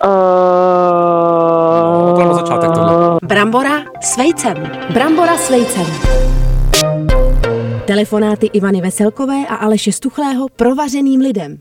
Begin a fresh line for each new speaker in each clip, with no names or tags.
Eh,
vejcem. Brambora s vejcem. Telefonáty Ivany Veselkové a Aleše Stuchlého provařeným lidem.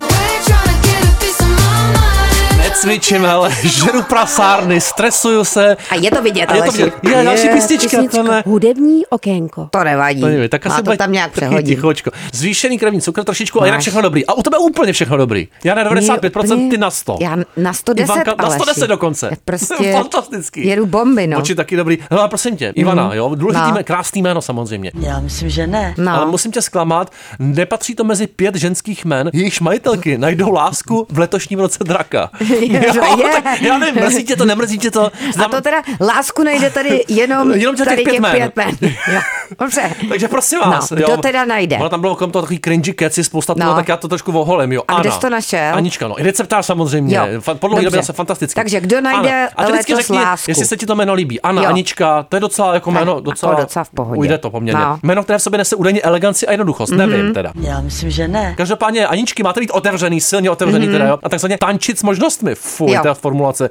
Necvičím, ale žeru prasárny, stresuju se.
A je to vidět,
Je to
Aleši.
vidět. Je další písnička.
Písnička
tane.
Hudební okénko.
To nevadí.
To nevím, tak asi
Má to
bude
tam nějak
taky
přehodí.
Tichočko. Zvýšený krevní cukr trošičku, a jinak
Máš.
všechno dobrý. A u tebe úplně všechno dobrý. Já na 95%, ty na 100.
Já na 110,
Ivanka, na
Aleši.
110 dokonce.
Já
To
Prostě
je fantastický.
Jedu bomby, no.
Oči taky dobrý. Hele, prosím tě, Ivana, jo, důležitý
No.
jméno, krásný jméno samozřejmě.
Já myslím, že ne.
no.
Ale musím tě zklamat, nepatří to mezi pět ženských men, jejichž majitelky najdou lásku v letošním roce draka.
Je,
jo,
je.
tak já nevím, mrzí tě to, nemrzí tě to.
A
Znam-
to teda lásku najde tady jenom,
Jenom těch
tady
pět
těch
men.
pět men. Jo, dobře.
Takže prosím vás.
No, kdo teda najde?
Ono tam bylo kolem toho takový cringy keci, spousta toho,
No.
tak já to trošku oholím, jo.
A kde
Ana.
jsi to našel?
Anička, no. I receptář samozřejmě.
Jo.
Fa- Po dlouhé
Dobře.
době zase fantastický.
Takže kdo najde
Ana. A ty vždycky
letos
řekni,
lásku?
jestli se ti to jméno líbí. Ana,
Jo.
Anička, to je docela jako jméno,
jako
docela,
docela v pohodě.
Ujde to poměrně.
No. Mhm.
Jméno, které v sobě nese údajně eleganci a jednoduchost. Nevím teda.
Já myslím, že ne.
Každopádně Aničky máte být otevřený, silně otevřený teda, jo. A takzvaně tančit s možnostmi. Fuj,
Mhm. Jo.
ta formulace,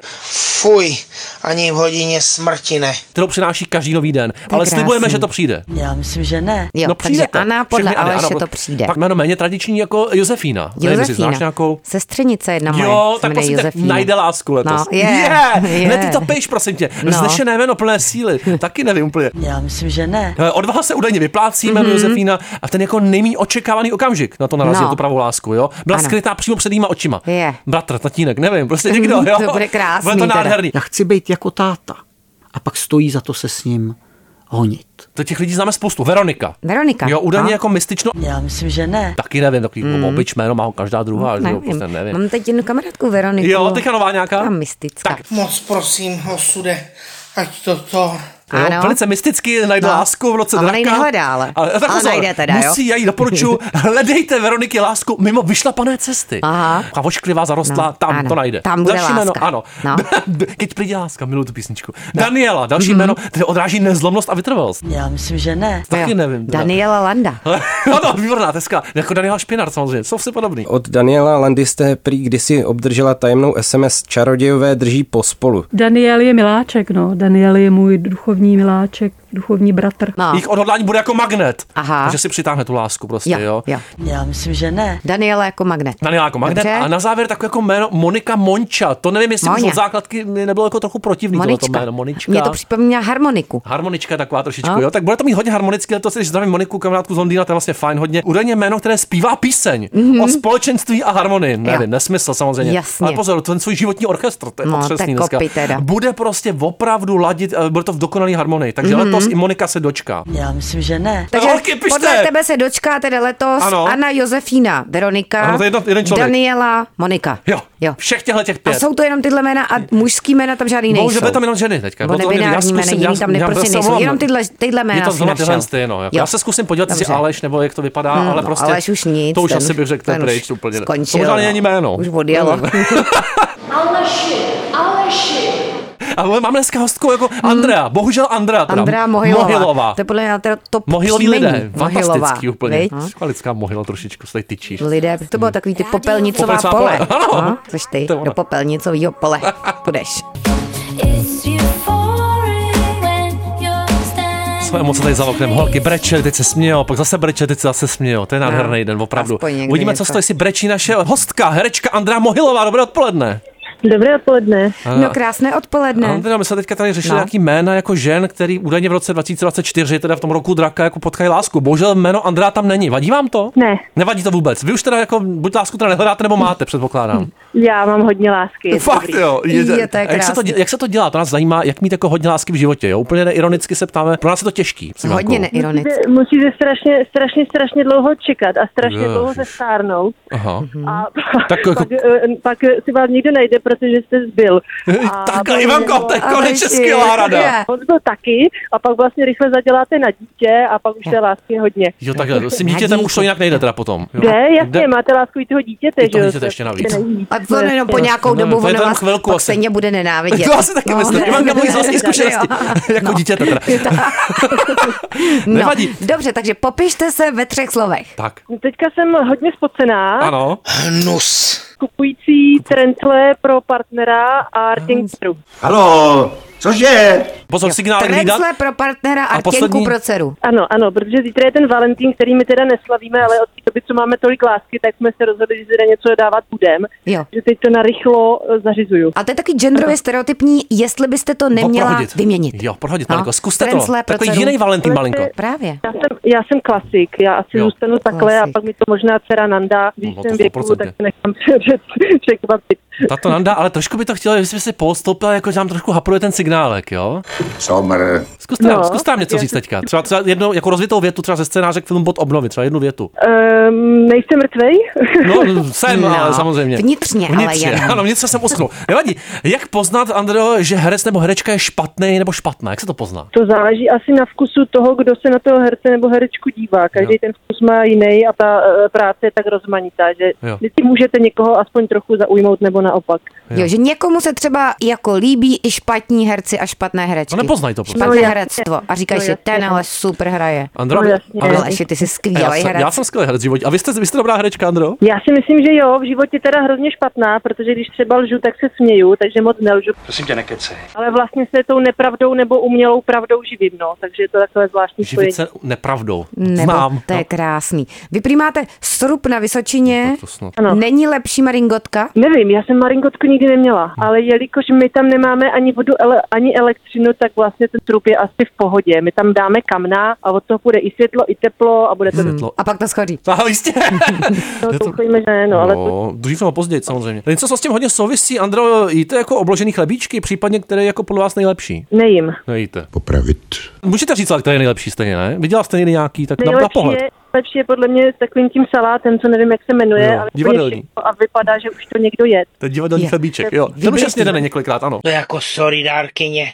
Fuj, ani v hodině smrti ne.
kterou přináší každý nový den. Ale
krásný.
slibujeme, že to přijde.
Já myslím, že ne.
Jo,
no
takže
přijde to.
Ana, podle
Všechny Anny,
Aleše
ano,
to přijde.
Pak jméno méně tradiční jako Josefína. Nevím, jestli
Josefína.
znáš nějakou?
Sestřenice jedna moje.
Jo,
se
tak
jmenuje
prosím tě,
Josefína.
najde lásku letos.
No, je, je.
Ne, ty to píš, prosím tě.
No.
Vznešené jméno plné síly. Taky nevím úplně.
Já myslím, že ne.
Eh, Odvaha se údajně vyplácí jméno Josefína a v ten jako nejmí očekávaný okamžik na to narazí,
Mhm. No.
no. tu pravou lásku, jo? Byla
Ano.
skrytá přímo před nýma očima.
Je.
Bratr, tatínek, nevím, prostě někdo,
Mhm,
jo?
to bude krásný
Bude to
teda.
nádherný.
Já chci být jako táta. A pak stojí za to se s ním honit.
To těch lidí známe spoustu. Veronika.
Veronika,
Jo, údajně
no.
jako mystično.
Já myslím, že ne.
Taky nevím, takový mm. obyč jméno má každá druhá, že jo?
Nevím. No,
Prostě nevím.
Mám teď jednu kamarádku Veroniku.
Jo, teďka nová nějaká?
Taková mystická.
Tak.
Moc prosím, osude, ať to to...
Jo,
Ano.
velice mysticky najde
No.
lásku v roce
A ona
draka.
ji nehledá, ale-
tak
ale
pozor,
najde teda, jo?
Musí, já jí doporučuji, hledejte Veroniky lásku mimo vyšlapané cesty.
Aha.
A vošklivá zarostlá,
No,
tam
ano.
to najde.
Tam bude
další
láska.
jméno, ano.
No.
Keď přijde láska, miluji tu písničku. Daniela,
Mhm.
další jméno, které odráží nezlomnost a vytrvalost.
Já myslím, že ne.
Taky
Jo,
nevím. teda. Hm,
Daniela Landa.
ano, výborná, teska. Jako Daniela Špinar samozřejmě, jsou si podobný.
Od Daniela Landy jste prý kdysi obdržela tajemnou SMS Čarodějové drží pospolu.
Daniel je miláček, no. Daniel je můj duchovní miláček, duchovní bratr.
No.
Jejich odhodlání bude jako magnet.
Aha.
Takže si přitáhne tu lásku prostě,
Jo,
jo.
jo.
Já myslím, že ne.
Daniela jako magnet.
Daniela jako magnet.
Dobře.
A na závěr takové jako jméno Monika Monča. To nevím, jestli už
Moně.
od základky mi nebylo jako trochu protivný tohleto
Monička.
jméno. Monička.
Mě to připomíná
No,
harmoniku.
Harmonička taková trošičku,
No.
jo. Tak bude to mít hodně harmonicky, to když zdravím Moniku, kamarádku z Londýna, to je vlastně fajn hodně. Údajně jméno, které zpívá píseň mm-hmm. o společenství a harmonii. Nevím, nesmysl samozřejmě.
Mhm. Jasně.
Ale pozor, ten svůj životní orchestr, to je
No, to
potřesný
je
dneska.
kopy teda.
Bude prostě opravdu ladit, eh, bude to v dokonalý harmonii. Takže
Mhm.
mm-hmm. letos i Monika se dočká.
Já myslím, že ne.
Takže
Holky, pište!
podle tebe se dočká tedy letos
Ano.
Anna Josefína, Veronika,
Ano, to je jedno- jeden člověk.
Daniela, Monika.
Jo, jo. všech těchto těch
A
pět.
jsou to jenom tyhle jména a mužský jména tam žádný nejsou.
Bohužel byly tam jenom ženy teďka.
Nebo
Bylo to jenom-
nebinární
já
jména,
zkusím-
jiný
já-
tam
já
prostě
se
nejsou.
omlouvám.
Jenom tyhle- tyhle jména
Je to
si
zrovna
našel.
tyhle ty, no. Jako
Jo.
já se zkusím podívat, jestli
Dobře.
Aleš nebo jak to vypadá,
Hmm,
ale
no,
prostě.
Aleš už nic.
To už
ten
asi bych řekl, to je
ten už
pryč úplně.
Skončil,
to možná
no.
není jméno.
Už odjelo.
Aleši, Aleši.
Ale máme dneska hostku jako Andrea. Bohužel Andrea. teda.
Hmm. Andrea Mohylová.
Mohylová.
To je podle mě teda top
Mohylový
příjmení.
lidé.
Mohylová,
Fantastický úplně.
viď?
Taková lidská mohyla trošičku, se tady tyčíš.
Lidé, to bylo takový ty popelnicová
Popelnicová
pole.
pole, ano.
No, což ty,
To je ono.
do popelnicového pole půjdeš.
Své moc tady za oknem. Holky brečely, teď se smějou, pak zase brečely, teď se zase smějou. To je nádherný
No,
den, opravdu.
aspoň někdy
Uvidíme, co
něco.
z toho, jestli brečí naše hostka, herečka Andrea Mohylová. Dobré odpoledne.
Dobré odpoledne.
No krásné odpoledne.
Ano, teda my jsme teďka tady řešili
No.
no. nějaký jména jako žen, který údajně v roce 2024, teda v tom roku draka, jako potkají lásku. Bohužel jméno Andrá tam není. Vadí vám to?
Ne.
Nevadí to vůbec. Vy už teda jako buď lásku teda nehledáte, nebo máte, předpokládám.
Já mám hodně lásky. je to
Fakt,
dobrý.
jo.
Je, to je
jak, se to,
krásný.
dě- jak se to dělá? To nás zajímá, jak mít jako hodně lásky v životě. Jo? Úplně neironicky se ptáme. Pro nás je to těžký. s Ivankou.
Hodně neironicky.
Musíte, musíte strašně, strašně, strašně dlouho čekat a strašně
Ježiš.
dlouho se stárnout.
Aha.
Mhm.
A
Tak
pak,
jako-
pak, eh, pak eh, si vás nikdo najde, protože jste zbyl. A
Takhle,
pak-
Ivanko, to je
Aleši,
konečně skvělá rada.
je.
On to taky a pak vlastně rychle zaděláte na dítě a pak už té lásky je hodně.
Jo, takhle, s tím dítětem už to jinak nejde teda potom. Jo.
Jde, jasně, máte lásku i toho dítěte,
No, I toho
že jo? Prostě
dítěte ještě navíc.
nejvíc.
A to jenom po nějakou
nevím,
dobu
to je
ono
tam
vás
chvilku
pak
asi.
stejně bude nenávidět.
To asi taky
No.
myslím. Ivanka mluví z vlastní
Jo.
zkušenosti. jako dítě teda.
No,
Nevadí.
Dobře, takže popište se ve třech slovech.
Tak,
Teďka jsem hodně spocená,
ano.
Hnus.
kupující trencle pro partnera a rtěnku.
Halo, Cože?
Pozor, signál hlídat.
Trencle pro partnera a,
A
rtěnku
poslední?
pro dceru.
Ano, ano, protože zítra je ten Valentín, který my teda neslavíme, ale od té doby, co máme tolik lásky, tak jsme se rozhodli, že teda něco dávat budem.
Jo.
Že teď to narychlo eh, zařizuju.
A to je takový genderově stereotypní, jestli byste to neměla
No, prohodit.
vyměnit. No,
Jo, prohodit, Malinko, zkuste to.
Trencle pro
Takový
dceru.
jiný Valentín, Malinko.
Právě.
Já jsem, já jsem klasik, já asi
Jo.
jo. zůstanu takhle
Klasik.
a pak mi to možná dcera Nanda, když
No,
no,
to
jsem věku,
100%.
tak se nechám před- překvapit.
Tato Nanda, ale trošku by to chtěla, jestli by si postoupila, jako že nám trošku hapruje ten signálek, jo?
Somr.
Zkuste, no,
No,
zkuste nám něco
já
říct
jsem-
teďka. Třeba, třeba jednou, jako rozvitou větu třeba ze scénáře k filmu Bod obnovy, třeba jednu větu.
Um, nejsem mrtvej?
No, jsem,
No,
ale samozřejmě.
vnitřně, ale jenom.
Ano, vnitřně jsem usknul. Nevadí. Jak poznat, Andreo, že herec nebo herečka je špatný nebo špatná? Jak se to pozná?
To záleží asi na vkusu toho, kdo se na toho herce nebo herečku dívá. Každý
Jo.
jo. ten vkus má jiný a ta eh, práce je tak rozmanitá, že
Jo.
vždycky můžete někoho aspoň trochu zaujmout nebo naopak.
Jo, že někomu se třeba jako líbí i špatní herci a špatné herečky.
No, nepoznají to prostě.
Špatné
No, jasně.
herectvo. A říkáš
No,
si,
jasně.
tenhle super hraje.
Andro,
No, jasně.
Andro-
Ale ještě ty jsi
já,
skvělý
jsem,
herec.
já jsem skvělý herec v životě. A vy jste, vy jste dobrá herečka, Andro?
Já si myslím, že jo, v životě teda hrozně špatná, protože když třeba lžu, tak se směju, takže moc nelžu.
Prosím tě, nekecej.
Ale vlastně se tou nepravdou nebo umělou pravdou živím, no. Takže je to takové zvláštní spojení.
Živit se nepravdou.
Nebo,
Znám. no.
to je krásný. Vy prý máte srub na Vysočině.
To No. snad.
Ano.
Není lepší maringotka?
Nevím, já jsem maringotku nikdy
Hm.
neměla, ale jelikož my tam nemáme ani vodu, ele, ani elektřinu, tak vlastně ten trup je asi v pohodě. My tam dáme kamna a od toho bude i světlo, i teplo a bude to... Hmm.
Světlo.
A pak to schodí.
No, jistě.
No, doufejme, že ne, no, ale to,
No, dřív nebo později, samozřejmě. Něco, co s tím hodně souvisí, Andro, jíte jako obložený chlebíčky, případně které je jako podle vás nejlepší?
nejím.
Nejíte.
Popravit.
Můžete říct, ale který je nejlepší stejně, ne? Viděla jste někdy nějaký, tak na, na
Nejlepší
pohled.
je, nejlepší je podle mě s takovým tím salátem, co nevím, jak se jmenuje,
Jo,
ale úplně
divadelní.
všechno a vypadá, že už to někdo je.
To je divadelní
Je.
chlebíček, jo. Ten už je
Výborný.
snědaný několikrát, ano.
To je jako sorry dárkyně,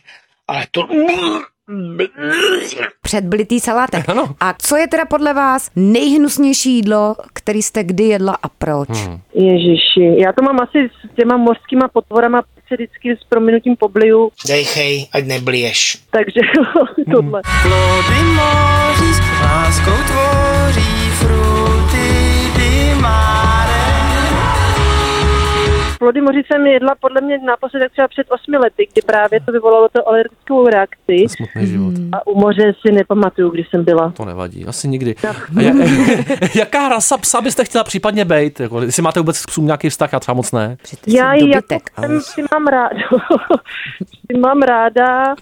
ale to...
Předblitý salátek.
Ano.
A co je teda podle vás nejhnusnější jídlo, který jste kdy jedla a proč? Hmm.
Ježiši, já to mám asi s těma mořskýma potvorama, se vždycky s prominutím pobliju,
Dejchej, ať nebliješ.
takže tohle.
Plody moří s láskou tvoří fruty dimáre.
Plody moři jsem jedla podle mě naposled tak třeba před osmi lety, kdy právě to vyvolalo to alergickou reakci
Smutný život.
a u moře si nepamatuju, kdy jsem byla.
To nevadí, asi nikdy. A ja, jaká rasa psa byste chtěla případně být? Jako, jestli máte vůbec k psům nějaký vztah, já třeba moc ne.
Já ji jako
dobytek,
jsem, si mám ráda, si mám ráda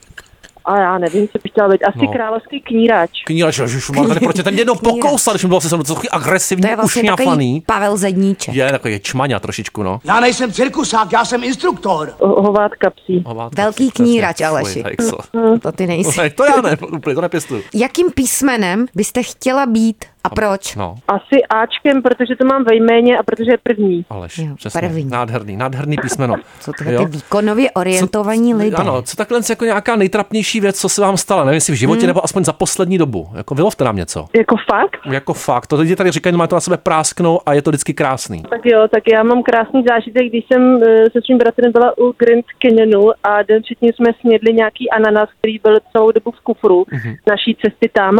a já nevím, co bych chtěla být, asi
No.
no. královský knírač.
Kníle, že má tady proč je ten jednou pokousal, když mu bylo asi se mnou trochu
To
agresivní,
je vlastně takový
ušňafaný.
Pavel Zedníček.
Je takový je čmaňa trošičku, no.
Já nejsem cirkusák, já jsem instruktor.
Ho- Hovátka psí.
Hovátko,
Velký
přesně.
knírač, Aleši.
Fuj, tak co.
To ty nejsi.
Ne, To já ne, úplně to nepěstuju.
Jakým písmenem byste chtěla být a proč?
No,
Asi Ačkem, protože to mám ve jméně a protože je první.
Aleš,
Jo,
přesně.
první.
Nádherný, nádherný písmeno.
Jsou to
Jo.
ty výkonově orientovaní lidé.
Ano, co takhle jako nějaká nejtrapnější věc, co se vám stala, nevím, jestli v životě
Hmm.
nebo aspoň za poslední dobu. Jako vylovte nám něco.
Jako fakt?
Jako fakt, to lidi tady říkají, má to na sebe prásknou a je to vždycky krásný.
Tak jo, tak já mám krásný zážitek, když jsem eh, se svým bratrem byla u Grand Canyonu a den předtím jsme snědli nějaký ananas, který byl celou dobu v kufru
Mhm.
mm-hmm. naší cesty tam.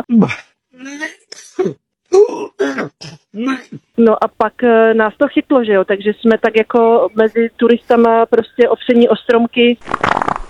No a pak eh, nás to chytlo, že jo, takže jsme tak jako mezi turistama prostě ovšení ostromky.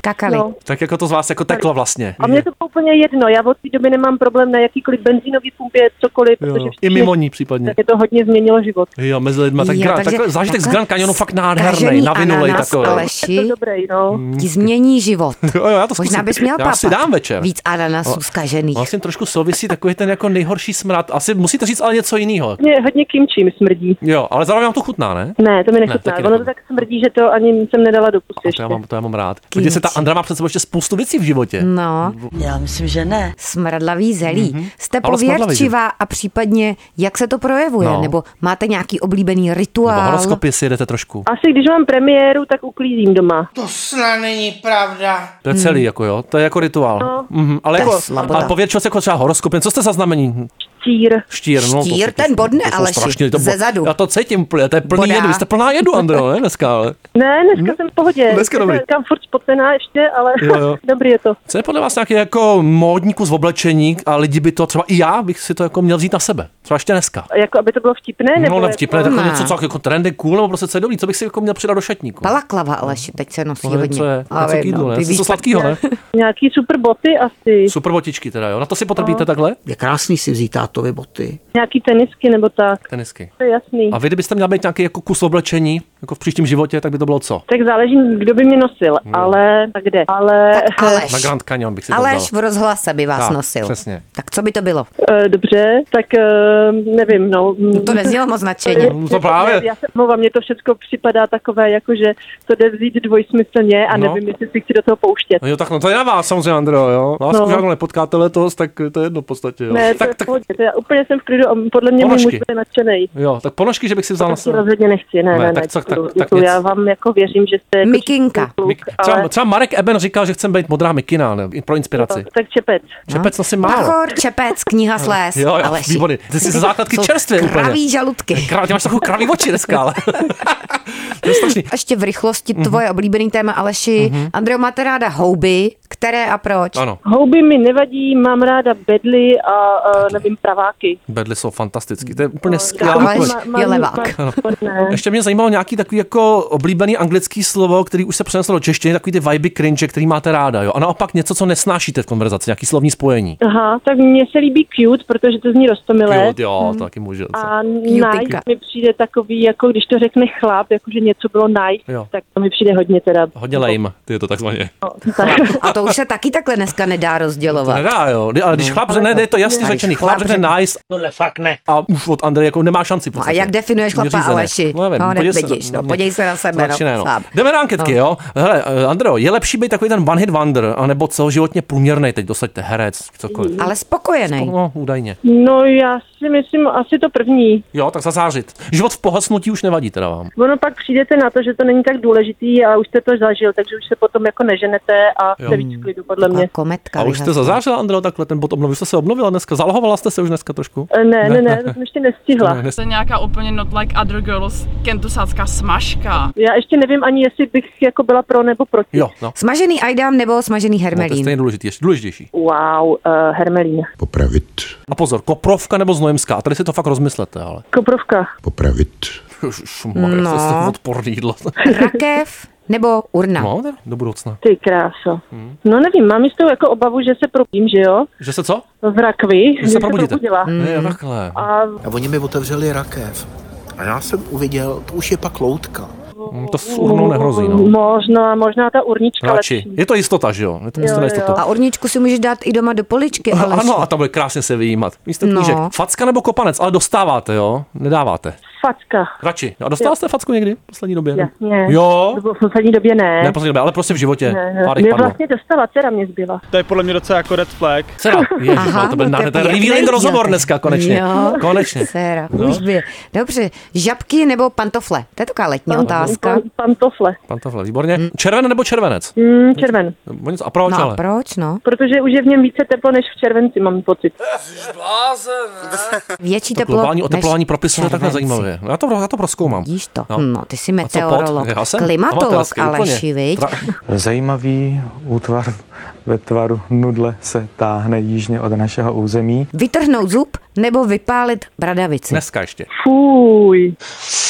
Kakali.
No.
Tak jako to z vás jako teklo vlastně.
A mě to bylo úplně jedno, já od té doby nemám problém na jakýkoliv benzínový pumpě, cokoliv,
Jo,
protože
I
všichni-
mimo ní případně.
tak je to hodně změnilo život.
Jo, mezi lidma. No, Tak,
Jo,
gra,
takže
takhle, zážitek z
takhle
Grand Canyonu fakt nádherný,
zkažený
navinulej
ananas,
takový.
Je to
Aleši,
dobrý, no.
Mhm.
ti změní život.
Jo, jo, já to
Možná
zkusím.
bys měl
Já si
papat.
dám večer.
Víc ananasů zkažených.
Vlastně trošku souvisí takový ten jako nejhorší smrad. Asi musíte říct ale něco jiného.
Mě hodně kimčím smrdí.
Jo, ale zároveň vám to chutná, ne?
Ne, to mi
Ne,
nechutná.
taky
Ne, ono to
nechutná.
tak smrdí, že to ani jsem nedala do pusy
A to
ještě.
já mám, to já mám rád. Protože se ta Andra má před sebou ještě spoustu věcí v životě.
No,
Já myslím, že ne.
smradlavý zelí. Mm-hmm. Jste
Mhm. Ale smradlavý
pověrčivá a případně, jak se to projevuje?
No.
No. Nebo máte nějaký oblíbený
Nebo
rituál?
horoskopy si jedete trošku.
Asi když mám premiéru, tak uklízím doma.
To snad není pravda.
To je celý, jako jo, to je jako rituál.
No.
Mhm, ale
Mm. To je
jako,
slabota.
ale pověrčil se jako třeba horoskopem, co jste za znamení?
Štír.
Štír, no, to-
Štír,
to- to-
ten bodne,
to jsou
Aleši,
strašně- to-
zezadu.
Já to cítím, úplně, to je plný
Bodá.
jedu, vy jste plná jedu, Andro, ne dneska, ale.
Ne, dneska
Mm.
jsem v pohodě.
Dneska dobrý.
Jsem Tam furt spocená ještě, ale
Jo, jo.
dobrý je to.
Co je podle vás nějaký jako módníku z oblečení a lidi by to třeba i já bych si to jako měl vzít na sebe, třeba ještě dneska.
Jako, aby to bylo vtipné?
No
Nebo
nevtipné,
Jako,
tak
Ne.
něco co jako trendy, cool, nebo prostě co je dobrý, co bych si jako měl přidat do šatníku.
Palaklava, Aleši, teď se nosí
No, To je,
hodně.
co je,
A
něco
vím,
k jídlu,
no,
ne?
ty víš,
Něco sladkýho, ne?
nějaký super boty asi,
Super botičky teda, jo. Na to si potrpíte takhle?
Je krásný si vzít tátovi boty.
nějaký tenisky nebo tak,
Tenisky.
to je jasný.
A vy, kdybyste měla být nějaký jako kus oblečení, jako v příštím životě, tak by to bylo co?
Tak záleží, kdo by mě nosil,
No.
ale tak kde. Ale
Tak Aleš,
Na Grand Canyon bych si to
Aleš
vzal.
v rozhlase by vás
Tak,
nosil.
přesně.
Tak co by to bylo?
e, dobře, tak e, nevím, no.
To neznělo moc nadšeně.
No to právě.
Já se omlouvám, mně to všechno připadá takové, jako že to jde vzít dvojsmyslně a
No.
nevím, jestli si chci do toho pouštět.
No jo, tak no to je na vás samozřejmě, Andro, jo. Vás no.
No.
žádnou nepotkáte letos, tak to je jedno v podstatě, jo.
Ne, to
tak,
je v
tak,
pohodě, to já úplně jsem v klidu a podle mě můj
Ponožky.
muž bude nadšený.
jo, tak ponožky, že bych si vzal na
To si
sebe.
rozhodně nechci, ne,
Ne,
ne, ne.
tak co- tak-
děkuju,
tak
děkuju,
nic.
já vám jako věřím, že jste... jako
Mikinka.
čistý kluk,
Mik- Třeba,
ale-
třeba Marek Eben říkal, že chceme být modrá mikina, ne? I pro inspiraci.
Tak čepec.
Čepec nosím málo.
Pachor, Čepec, kniha Sléz.
Jo, jo,
Aleši.
výborný. Ty jsi ze základky
Jsou
čerstvě úplně.
Kraví žaludky.
Krá, ty máš takovou kravý oči dneska, ale. to je strašný.
A ještě v rychlosti
Mhm.
tvoje oblíbený téma Aleši. Andreo, máte ráda houby? Které a proč?
Ano,
Houby mi nevadí, mám ráda bedly a, a nevím, praváky.
bedly jsou fantastický. To je úplně
Ale-
skvělá.
Aleš
odpověď.
Ma- ma-
je levák.
ma- ne.
Ještě mě zajímalo nějaký takový jako oblíbený anglický slovo, který už se přeneslo do češtiny, takový ty vibe cringe, který máte ráda, jo. A naopak něco, co nesnášíte v konverzaci, nějaký slovní spojení.
Aha, tak mně se líbí cute, protože to zní roztomilé.
Cute, jo, to taky může.
A
Cutinka.
nice mi přijde takový, jako když to řekne chlap, jakože něco bylo nice,
Jo.
tak to mi přijde hodně teda.
Hodně lame, ty je to takzvaně.
Tak,
A to už se taky takhle dneska nedá rozdělovat.
Nedá, jo. Ale když chlap řekne, ne, je to jasně
Ale když
řečený. Chlap
chlap
řekne nice
Tohle fakt ne.
a už od Andreje jako nemá šanci. v
No a
podstatě.
jak definuješ
Tím je
chlapa
řízené.
Aleši?
No, nevím,
No,
podívej
nevidíš, no,
mě.
podívej se na sebe, no,
Radši ne,
sám.
Jdeme na anketky,
No.
jo? Hele, eh, Andro, je lepší být takový ten one hit wonder, anebo co životně průměrný teď dosaďte herec, cokoliv.
Ale spokojený.
No, údajně.
no já si myslím asi to první.
Jo, tak zazářit. Život v pohasnutí už nevadí teda vám.
Ono pak přijdete na to, že to není tak důležitý a už jste to zažil, takže už se potom jako neženete a
Jo.
jste víc v klidu, podle
Taková
mě.
kometka.
A už jste
vyhazuje.
zazářila, Andro, takhle ten bod obnovil. Jste se obnovila dneska, zalahovala jste se už dneska trošku?
E, Ne, ne, ne, to jsem ještě nestihla.
Ne,
Jsem nějaká úplně not like other girls kentusácká smažka.
Já ještě nevím ani, jestli bych jako byla pro nebo proti.
Jo, no.
Smažený ajdám nebo smažený
No, to je
hermelín?
stejně důležitý, ještě důležitější.
Wow, uh, hermelín.
Popravit,
A pozor, koprovka nebo znojemská. A tady si to fakt rozmyslete, ale.
Koprovka.
popravit.
Šumar, no. to je
No.
odporný jídlo.
Rakev nebo urna?
No, tak do budoucna.
Ty kráso. No nevím, mám jistou jako obavu, že se probudím, že jo?
Že se co?
V rakvi, že se
probudíte.
probudila.
Ne, takhle.
A
A oni mi otevřeli rakev. A já jsem uviděl, to už je pak loutka.
Hm, To s urnou nehrozí,
Mm,
no.
možná, možná ta urnička
Radši.
lepší.
Je to jistota, že jo? Je to prostě
Jo,
na
jo.
jistotu.
A urničku si můžeš dát i doma do poličky, ale
Ano, a tam bude krásně se vyjímat. Místo
No.
knížek. Facka nebo kopanec, ale dostáváte, jo? Nedáváte.
Facka.
Radši. A dostala jste facku někdy v poslední době?
Jasně.
Jo?
To v poslední době ne.
Ne, v poslední době, ale prostě v životě.
Ne, ne.
Pár jich
Mě
padlo.
vlastně dostala, dcera mě zbyla.
To je podle mě docela jako red flag.
Sera, ježiš,
Aha,
no, to byl
no, to je
nádherný
pěkný
revealing
díl,
rozhovor
tak.
dneska, konečně.
Jo.
Konečně.
Séra,
No.
už by. Dobře, žabky nebo pantofle? To je taková letní otázka.
Pan- Pantofle.
Pantofle, výborně. Červen nebo červenec?
Mm, červen.
Nebo něco- A proč
No a
ale?
proč, no?
Protože už je v něm více teplo než v červenci, mám pocit.
Větší teplo
Globální
než
oteplování propisuje takhle
červenci.
zajímavě. No, Já to, já to proskoumám.
Vidíš to?
No.
No, no ty jsi
A co pod?
meteorolog,
Já jsem
klimatolog,
amatérský, úplně.
Aleši, viď?
Tra-
Zajímavý útvar ve tvaru nudle se táhne jižně od našeho území.
Vytrhnout zub nebo vypálit bradavici?
Dneska ještě.
Fuj.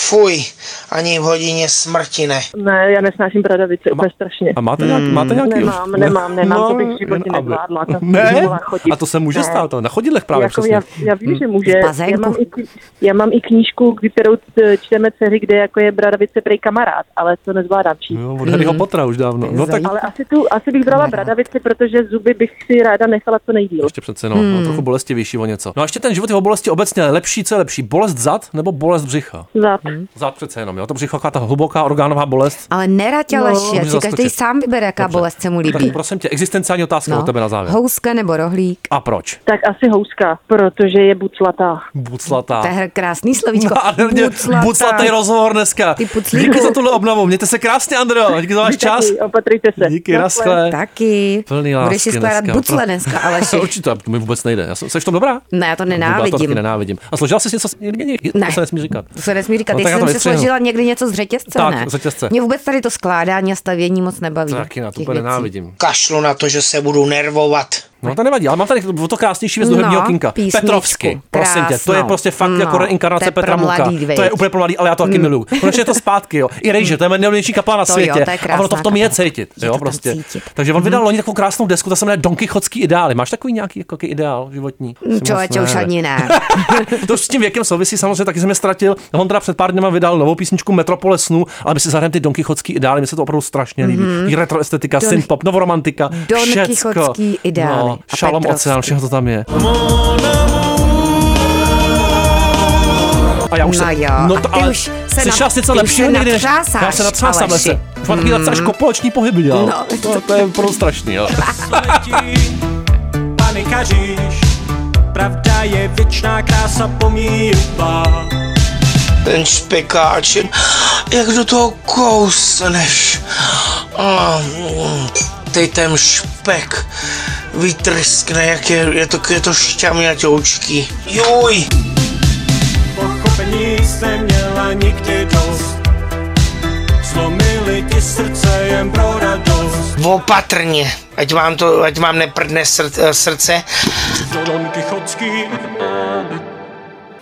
Fuj, ani v hodině smrti ne.
Ne, já nesnáším bradavice, úplně strašně.
A máte, nějak,
Hmm.
máte nějaký
Nemám,
už?
nemám, nemám, to bych v
jen
životě
aby.
nezvládla, to bych
Ne?
mohla chodit.
A to se může
Ne.
stát, ale na chodidlech právě
jako
přesně. Hmm.
já, já vím, že může.
Z
Já
bazénku.
mám, i, kni- já mám i knížku, kterou t- čteme dceři, kde jako je Bradavice prej kamarád, ale to nezvládám číst.
Jo, No, od
Hmm.
Harryho Pottera už dávno. No tak
Ale asi, tu, asi bych brala
Kamarád.
Bradavici, protože zuby bych si ráda nechala co nejdíl.
ještě přece no,
Hmm.
no, trochu bolestivější o něco. No a ještě ten život je o bolesti obecně lepší, co je lepší? Bolest zad nebo bolest břicha?
Zad.
Zad přece jenom, jo. To břicho je taková ta hluboká orgánová bolest.
Ale nerad tě Aleši,
No, Můžu
ať si
zaskočit.
každý sám vybere, jaká
Dobře.
bolest se mu
Tak
líbí. No.
prosím tě, existenciální otázka od tebe na závěr.
Houska nebo rohlík?
A proč?
Tak asi houska, protože je buclatá.
Buclatá.
To je krásný slovíčko.
Nádherně
Buclatá.
buclatý rozhovor dneska.
Ty puclíku.
Díky za tuhle obnovu, mějte se krásně, Andro. Díky za váš čas.
Opatrujte se.
Díky,
Naschle.
naschle.
Taky.
To plný lásky
Budeš si skládat
dneska.
bucle dneska, Aleši.
Určitě, to mi vůbec nejde. Já jsem, seš v tom dobrá?
Ne, já to
Já to taky
nenávidím.
nenávidím. A složila jsi si něco? s- Ne, ne,
Ne.
to se nesmí říkat.
To se nesmí říkat,
No,
no,
tak já
jestli
to
jsem si
vystřihnu.
složila někdy něco z řetězce,
Tak,
ne?
z řetězce.
Mě vůbec tady to skládání a stavění moc nebaví.
Taky na to
těch
úplně
věcí.
nenávidím.
Kašlu na to, že se budu nervovat.
No to nevadí, ale mám tady o to krásnější věc do
No,
herního kinka.
písničku,
Petrovsky, prosím tě, to je
krásnou.
prostě fakt
No,
jako
to
reinkarnace
je pro
Petra Muka.
mladý, viď?
To je úplně pro mladý, ale já to taky miluju. Konečně je to zpátky, jo. I Rejže, to je moje nejlepší kapela na
To jo,
světě.
to je
a ono to
krásná
v tom je
kapela.
cítit,
Je
jo,
to tam
prostě.
cítit. Mhm.
Takže on vydal loni takovou krásnou desku, ta se jmenuje Don Kichotský ideály. Máš takový nějaký jako jaký ideál životní?
No,
Si moc
Člověče, už
ne.
ani ne.
to s tím věkem souvisí, samozřejmě taky jsem je ztratil. Hontra před pár dněma vydal novou písničku Metropole snů, ale my si zahrajeme ty donkýchotský ideály, mi se to opravdu strašně líbí. Mm-hmm. Retro estetika,
Mhm. Don-
synth pop, novoromantika,
Don
všecko.
Kichotský ideály
No,
a
šalom
Petrovský.
oceán, všechno to tam je. A já už
No
se,
jo, a ty
ale
už se
slyšela
nad-
jsi něco
ty už
lepšího
se
někdy, než
natřásáš,
já se natřásám,
Aleši.
Lesi. Už mám takový mm. až kopoleční pohyby dělal.
No.
To, to, je opravdu strašný, jo.
panikaříš, pravda je věčná krása pomíjivá.
Ten špekáč, jak do toho kousneš. A, mm, Teď ten špek vytrskne, jak je, je to, je to šťamňatoučký. Juj!
Pochopení jsi měla nikdy dost, zlomili ti srdce jen pro radost.
Opatrně, ať vám, to, ať vám neprdne sr- srdce.
Don Kichotský,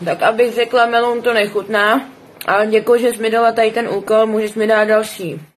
Tak abych řekla, melon to nechutná, ale děkuji, že jsi mi dala tady ten úkol, můžeš mi dát další.